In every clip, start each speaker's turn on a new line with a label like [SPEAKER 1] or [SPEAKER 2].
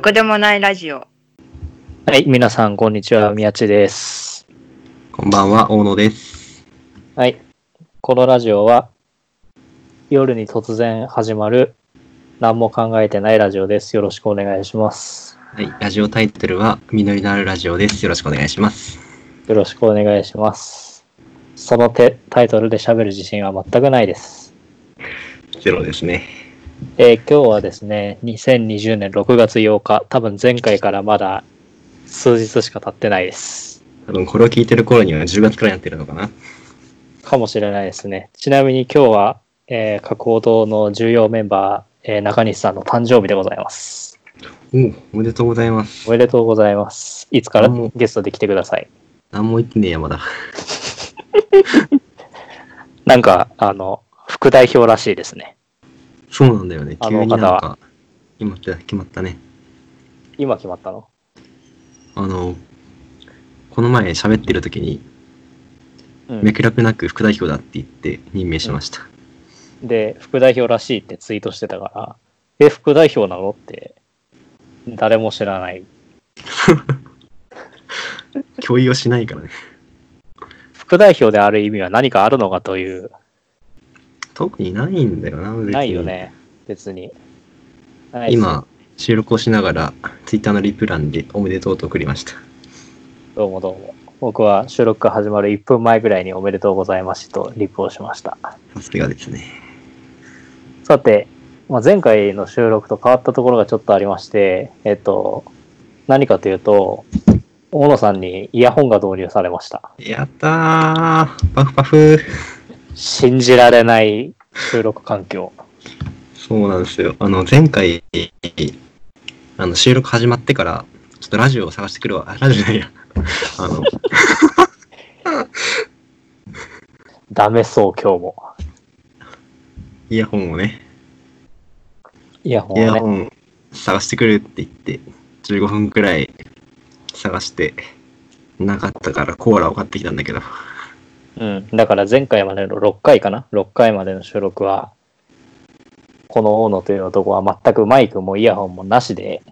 [SPEAKER 1] くでもないラジオ。
[SPEAKER 2] はい、皆さん、こんにちは、宮地です。
[SPEAKER 3] こんばんは、大野です。
[SPEAKER 2] はい、このラジオは、夜に突然始まる、何も考えてないラジオです。よろしくお願いします。
[SPEAKER 3] はい、ラジオタイトルは、実りのあるラジオです。よろしくお願いします。
[SPEAKER 2] よろしくお願いします。その手タイトルで喋る自信は全くないです。
[SPEAKER 3] ゼロですね。
[SPEAKER 2] えー今日はですね、2020年6月8日、多分前回からまだ数日しか経ってないです。
[SPEAKER 3] 多分これを聞いてる頃には10月くらいになってるのかな。
[SPEAKER 2] かもしれないですね。ちなみに今日は、えー、各報堂の重要メンバー、えー中西さんの誕生日でございます。
[SPEAKER 3] おうおめでとうございます。
[SPEAKER 2] おめでとうございます。いつから
[SPEAKER 3] うん
[SPEAKER 2] ゲストで来てください。
[SPEAKER 3] 何も言ってねえや、まだ。
[SPEAKER 2] なんか、あの、副代表らしいですね。
[SPEAKER 3] そうなんだよね。
[SPEAKER 2] あ
[SPEAKER 3] 急
[SPEAKER 2] の
[SPEAKER 3] になん
[SPEAKER 2] 方は
[SPEAKER 3] か、今って決まったね。
[SPEAKER 2] 今決まったの
[SPEAKER 3] あの、この前喋ってる時に、
[SPEAKER 2] うん
[SPEAKER 3] 脈絡なく副代表だって言って任命しました。
[SPEAKER 2] で、副代表らしいってツイートしてたから、え、副代表なのって、誰も知らない。
[SPEAKER 3] 共有をしないからね。
[SPEAKER 2] 副代表である意味は何かあるのかという、
[SPEAKER 3] 特にないんだよな、別に
[SPEAKER 2] ないよ。ね、別に。ないです
[SPEAKER 3] 今、収録をしながら、Twitter のリプランでおめでとうと送りました。
[SPEAKER 2] どうもどうも。僕は収録が始まる1分前ぐらいにおめでとうございますとリプをしました。
[SPEAKER 3] さすがですね。
[SPEAKER 2] さて、まあ、前回の収録と変わったところがちょっとありまして、えっと、何かというと、大野さんにイヤホンが導入されました。
[SPEAKER 3] やったーパフパフ
[SPEAKER 2] 信じられない収録環境。
[SPEAKER 3] そうなんですよ。あの、前回、あの、収録始まってから、ちょっとラジオを探してくるわ。あラジオじゃないや。 あの、
[SPEAKER 2] ダメそう、今日も。
[SPEAKER 3] イヤホンをね、
[SPEAKER 2] イヤホ
[SPEAKER 3] イ
[SPEAKER 2] ン
[SPEAKER 3] ヤ
[SPEAKER 2] をね。
[SPEAKER 3] ホン探してくるって言って、15分くらい探して、なかったからコーラを買ってきたんだけど、
[SPEAKER 2] うん。だから前回までの6回かな ?6 回までの収録は、この大野という男は全くマイクもイヤホンもなしで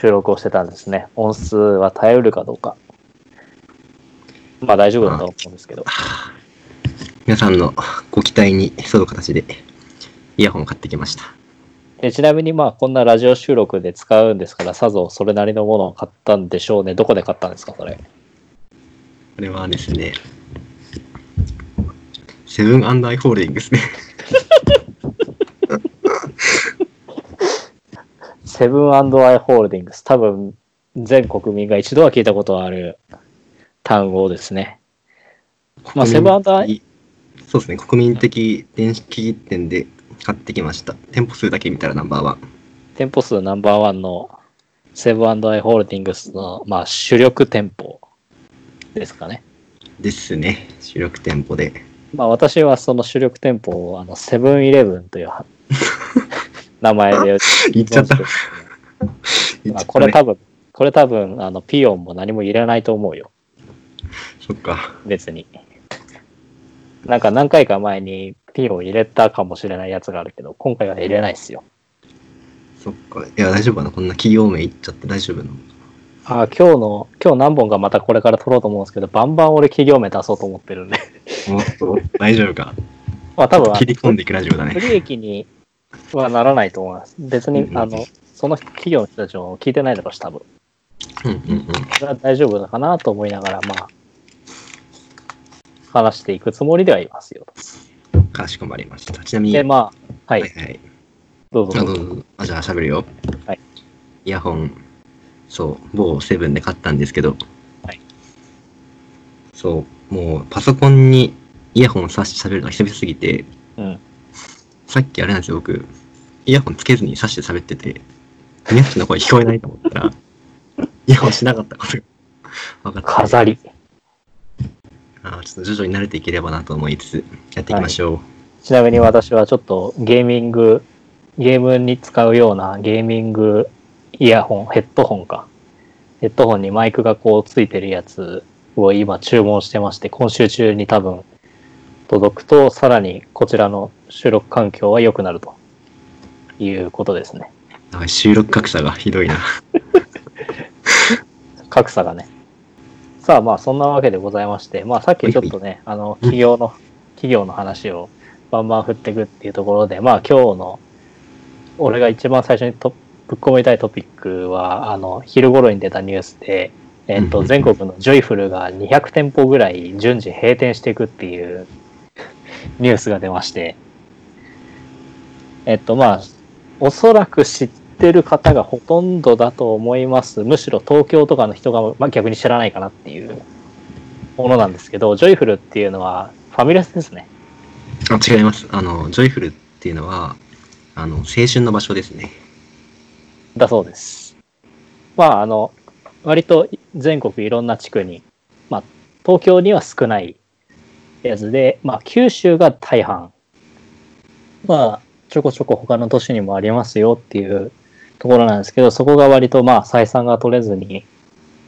[SPEAKER 2] 収録をしてたんですね。音数は耐えうるかどうか。まあ大丈夫だと思うんですけど。
[SPEAKER 3] 皆さんのご期待に沿う形で、イヤホンを買ってきました。
[SPEAKER 2] えちなみにまあこんなラジオ収録で使うんですからさぞそれなりのものを買ったんでしょうねどこで買ったんですかそれ
[SPEAKER 3] これはですね、セブンアイ・ホールディングスね。
[SPEAKER 2] セブンアイ・ホールディングス多分全国民が一度は聞いたことある単語ですねまあセブンアイ
[SPEAKER 3] 国民的そうですね、国民的電子機器店で買ってきました。店舗数だけ見たらナンバーワン。
[SPEAKER 2] 店舗数ナンバーワンのセブンアイ・ホールディングスのまあ主力店舗ですかね
[SPEAKER 3] ですね、主力店舗で。
[SPEAKER 2] まあ私はその主力店舗をあのセブンイレブンという 名前で
[SPEAKER 3] 言っちゃった。
[SPEAKER 2] まあこれ多分、これ多分、あの、ピヨンも何もいらないと思うよ。
[SPEAKER 3] そっか。
[SPEAKER 2] 別に。なんか何回か前にピヨン入れたかもしれないやつがあるけど、今回は入れないっすよ。
[SPEAKER 3] そっか。いや、大丈夫かなこんな企業名言っちゃって大丈夫なの
[SPEAKER 2] あー今日の、今日何本かまたこれから撮ろうと思うんですけど、バンバン俺企業名出そうと思ってるんで。
[SPEAKER 3] おっと大丈夫か。
[SPEAKER 2] まあ多分、あ
[SPEAKER 3] 切
[SPEAKER 2] の
[SPEAKER 3] り込んでいくラジオだ
[SPEAKER 2] 不
[SPEAKER 3] ね。
[SPEAKER 2] 利益にはならないと思います。別に
[SPEAKER 3] う、ん
[SPEAKER 2] あの、その企業の人たちも聞いてないだろうし、多分。
[SPEAKER 3] うんうんうん。
[SPEAKER 2] それは大丈夫だかなと思いながら、まあ、話していくつもりではいますよ。
[SPEAKER 3] かしこまりました。ちなみに、
[SPEAKER 2] で、まあ、は
[SPEAKER 3] はいい、はい。
[SPEAKER 2] どうぞ
[SPEAKER 3] あ
[SPEAKER 2] どう
[SPEAKER 3] どう
[SPEAKER 2] ぞ。
[SPEAKER 3] ぞどうぞあじゃあ喋るよ。
[SPEAKER 2] はい。
[SPEAKER 3] イヤホン、そう、某セブンで買ったんですけど、
[SPEAKER 2] はい。
[SPEAKER 3] そう、もうパソコンにイヤホンを挿して喋るのが久々すぎて、
[SPEAKER 2] うん。
[SPEAKER 3] さっきあれなんですよ、僕、イヤホンつけずに挿して喋ってて、ミヤッチの声聞こえないと思っ たら、イヤホンしなかったことが分かって、
[SPEAKER 2] 飾り。
[SPEAKER 3] あーちょっと徐々に慣れていければなと思いつつ、やっていきましょう。
[SPEAKER 2] ちなみに私はちょっとゲーミング、ゲームに使うようなゲーミングイヤホン、ヘッドホンか。ヘッドホンにマイクがこうついてるやつを今注文してまして、今週中に多分届くと、さらにこちらの収録環境は良くなるということですね。
[SPEAKER 3] やばい収録格差がひどいな。
[SPEAKER 2] 格差がね。さあまあそんなわけでございまして、まあさっきちょっとね、あの、企業の、企業の話をバンバン振っていくっていうところで、まあ今日の、俺が一番最初にとぶっ込みたいトピックは、あの、昼頃に出たニュースで、えっ
[SPEAKER 3] うんうん
[SPEAKER 2] と、
[SPEAKER 3] うん
[SPEAKER 2] 全国のジョイフルが200店舗ぐらい順次閉店していくっていう ニュースが出まして、えっとまあ、おそらく知ってる方がほとんどだと思います。むしろ東京とかの人が、まあ、逆に知らないかなっていうものなんですけど、ジョイフルっていうのはファミレスですね。
[SPEAKER 3] あ、違います。あの、ジョイフルっていうのは、あの、青春の場所ですね。
[SPEAKER 2] だそうです。まあ、あの、割と全国いろんな地区に、まあ、東京には少ないやつで、まあ、九州が大半。まあ、ちょこちょこ他の都市にもありますよっていうところなんですけど、そこが割とまあ、採算が取れずに、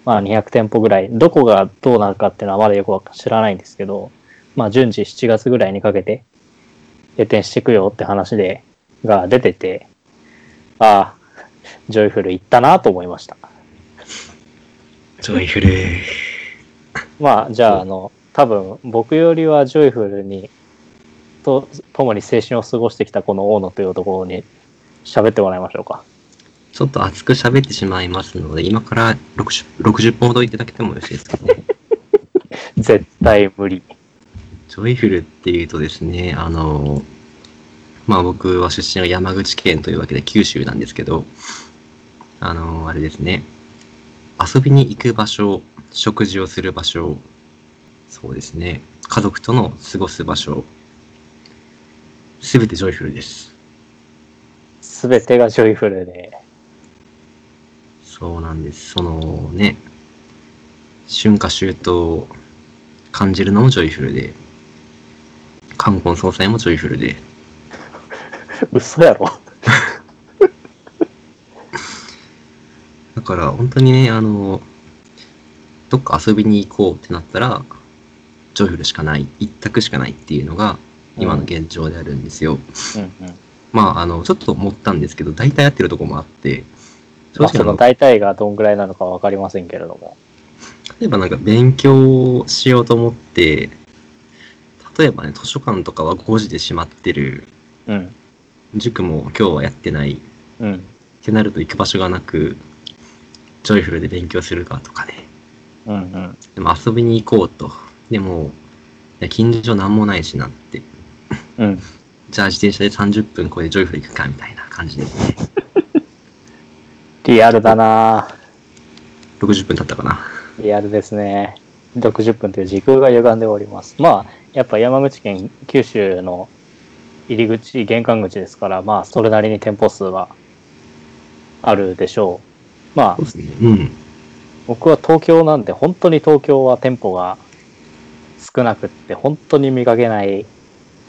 [SPEAKER 2] まあ、200店舗ぐらい、どこがどうなるかっていうのはまだよくわか知らないんですけど、まあ、順次7月ぐらいにかけて、閉店していくよって話で、が出てて、ああ、ジョイフル行ったなと思いました。
[SPEAKER 3] ジョイフル。
[SPEAKER 2] まあ、じゃ
[SPEAKER 3] う
[SPEAKER 2] あ、あの、多分、僕よりはジョイフルに、と、共に青春を過ごしてきたこの大野というところに喋ってもらいましょうか。
[SPEAKER 3] ちょっと熱く喋ってしまいますので、今から 60, 60本ほどいただけてもよろしいですかね。
[SPEAKER 2] 絶対無理。
[SPEAKER 3] ジョイフルっていうとですね、あの、まあ僕は出身が山口県というわけで九州なんですけど、あの、あれですね、遊びに行く場所、食事をする場所、そうですね、家族との過ごす場所、すべてジョイフルです。
[SPEAKER 2] すべてがジョイフルで。
[SPEAKER 3] そうなんです。そのね、春夏秋冬を感じるのもジョイフルで、冠婚葬祭もジョイフルで、
[SPEAKER 2] 嘘やろ。
[SPEAKER 3] だから本当にね、あの、どっか遊びに行こうってなったら、ジョイフルしかない、一択しかないっていうのが今の現状であるんですよ。
[SPEAKER 2] うんうん。
[SPEAKER 3] まあ、あの、ちょっと思ったんですけど、大体合ってるとこもあって、正
[SPEAKER 2] まあ、そ
[SPEAKER 3] 直あ
[SPEAKER 2] の
[SPEAKER 3] の、
[SPEAKER 2] 大体がどんぐらいなのかわかりませんけれども。
[SPEAKER 3] 例えばなんか勉強しようと思って、例えばね、図書館とかは5時で閉まってる、
[SPEAKER 2] うん。
[SPEAKER 3] 塾も今日はやってないっ
[SPEAKER 2] うん。
[SPEAKER 3] てなると行く場所がなく、ジョイフルで勉強するかとかね。
[SPEAKER 2] うんうん。
[SPEAKER 3] でも遊びに行こうと。でも、いや近所なんもないしなって。
[SPEAKER 2] うん。
[SPEAKER 3] じゃあ自転車で30分これでジョイフル行くかみたいな感じで、
[SPEAKER 2] リアルだなぁ
[SPEAKER 3] 60分経ったかな。
[SPEAKER 2] リアルですね。60分という時空が歪んでおります。まあ、やっぱ山口県、九州の入り口、玄関口ですから、まあ、それなりに店舗数はあるでしょう。まあ
[SPEAKER 3] そう、ですね。うん。
[SPEAKER 2] 僕は東京なんで、本当に東京は店舗が少なくって、本当に見かけない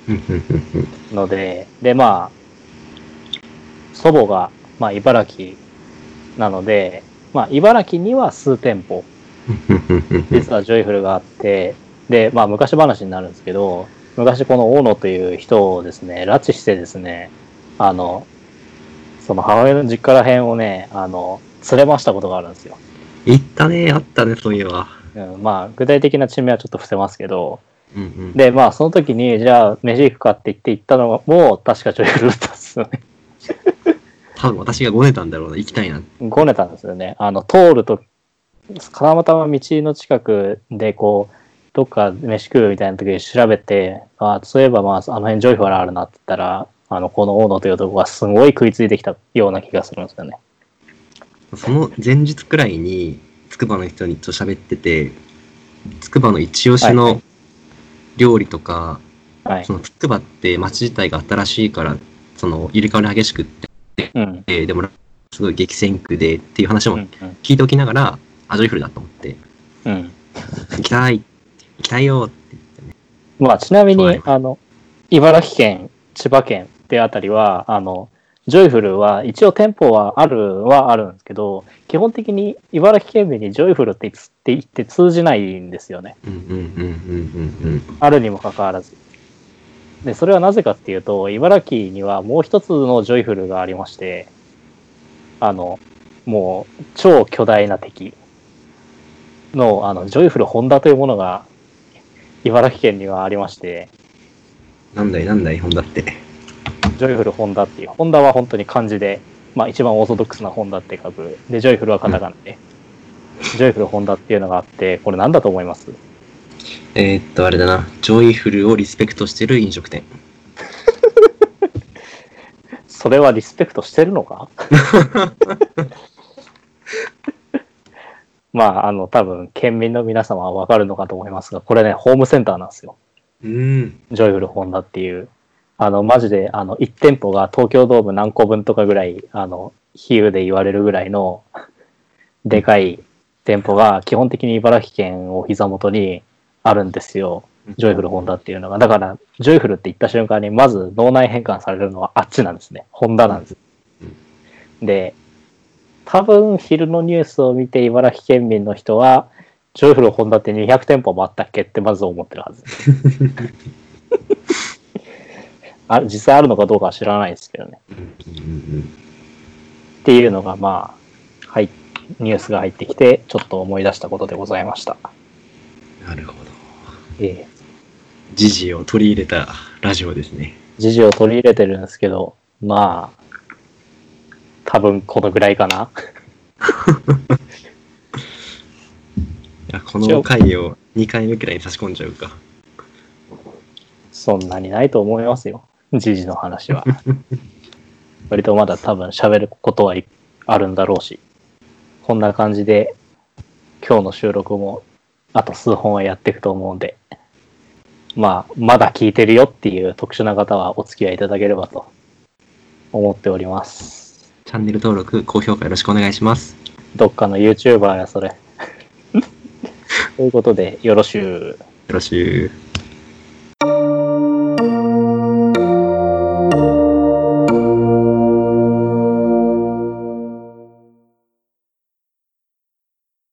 [SPEAKER 3] うんうんうんうん
[SPEAKER 2] ので、で、まあ、祖母が、まあ、茨城なので、まあ、茨城には数店舗、
[SPEAKER 3] うんうんうんうん
[SPEAKER 2] 実はジョイフルがあって、で、まあ昔話になるんですけど、昔この大野という人をですね、拉致してですね、あの、その母親の実家ら辺をね、あの、連れましたことがあるんですよ。
[SPEAKER 3] 行ったね、あったね、そういえば。
[SPEAKER 2] うん、まあ具体的な地名はちょっと伏せますけど、
[SPEAKER 3] うんうん、
[SPEAKER 2] で、まあその時に、じゃあ飯行くかって言って行ったのも、確かジョイフルだったんですよね。
[SPEAKER 3] 多分私がごねたんだろうな、行きたいな。
[SPEAKER 2] ごねたんですよね。あの、通ると、金またま道の近くで、こう、どっか飯食うみたいな時に調べて、あそういえば、まあ、あの辺ジョイフルあるなって言ったら、あの、この大野というとこがすごい食いついてきたような気がするんですよね。
[SPEAKER 3] その前日くらいに、つくばの人にと喋ってて、つくばの一押
[SPEAKER 2] は
[SPEAKER 3] しの料理とか、
[SPEAKER 2] はい
[SPEAKER 3] そ。のつくばって町自体が新しいから、その入れ替わり激しくって、
[SPEAKER 2] うん。うん
[SPEAKER 3] えーでもすごい激戦区でっていう話
[SPEAKER 2] う
[SPEAKER 3] も
[SPEAKER 2] ん。
[SPEAKER 3] 聞いておきながら、あ、ジョイフルだと思って、
[SPEAKER 2] うん。
[SPEAKER 3] 行きたい、行きたいよって。
[SPEAKER 2] まあ、ちなみ
[SPEAKER 3] そうなん
[SPEAKER 2] に
[SPEAKER 3] や、
[SPEAKER 2] あの、茨城県、千葉県ってあたりは、あの、ジョイフルは一応店舗はあるはあるんですけど、基本的に茨城県民にジョイフルって言って言って通じないんですよね。
[SPEAKER 3] うんうんうんうんうんうん。
[SPEAKER 2] あるにもかかわらず。で、それはなぜかっていうと、茨城にはもう一つのジョイフルがありまして、あの、もう、超巨大な敵の、あの、ジョイフル・ホンダというものが、茨城県にはありまして、
[SPEAKER 3] なんだいなんだい、ホンダって。
[SPEAKER 2] ジョイフル・ホンダっていう、ホンダは本当に漢字で、まあ一番オーソドックスなホンダって書く、で、ジョイフルはカタカナで、ジョイフル・ホンダっていうのがあって、これなんだと思います
[SPEAKER 3] えーっと、あれだな。ジョイフルをリスペクトしてる飲食店。
[SPEAKER 2] それはリスペクトしてるのかまあ、あの、多分、県民の皆様はわかるのかと思いますが、これね、ホームセンターなんですよ。
[SPEAKER 3] うん。
[SPEAKER 2] ジョイフルホンダっていう。あの、マジで、あの、1店舗が東京ドーム何個分とかぐらい、あの、比喩で言われるぐらいの、でかい店舗が、基本的に茨城県を膝元にあるんですよ。ジョイフルホンダっていうのが。だから、ジョイフルって言った瞬間に、まず脳内変換されるのはあっちなんですね。ホンダなんです。で、多分昼のニュースを見て茨城県民の人は、ジョイフルホンダって200店舗もあったっけってまず思ってる はず。あ実際あるのかどうかは知らないですけどね。
[SPEAKER 3] うん
[SPEAKER 2] っていうのが、まあ、はい、ニュースが入ってきて、ちょっと思い出したことでございました。
[SPEAKER 3] うん。なるほど。
[SPEAKER 2] ええ
[SPEAKER 3] 時事を取り入れたラジオですね。
[SPEAKER 2] 時事を取り入れてるんですけど、まあ、多分このぐらいかな。
[SPEAKER 3] いやこの回を2回目くらいに差し込んじゃうか。
[SPEAKER 2] そんなにないと思いますよ。時事の話 は。割とまだ多分喋ることはいあるんだろうし。こんな感じで、今日の収録も、あと数本はやっていくと思うんで、まあ、まだ聞いてるよっていう特殊な方はお付き合いいただければと思っております。
[SPEAKER 3] チャンネル登録、高評価よろしくお願いします。
[SPEAKER 2] どっかの YouTuber やそれ。ということで、よろしゅう。
[SPEAKER 3] よろしゅう。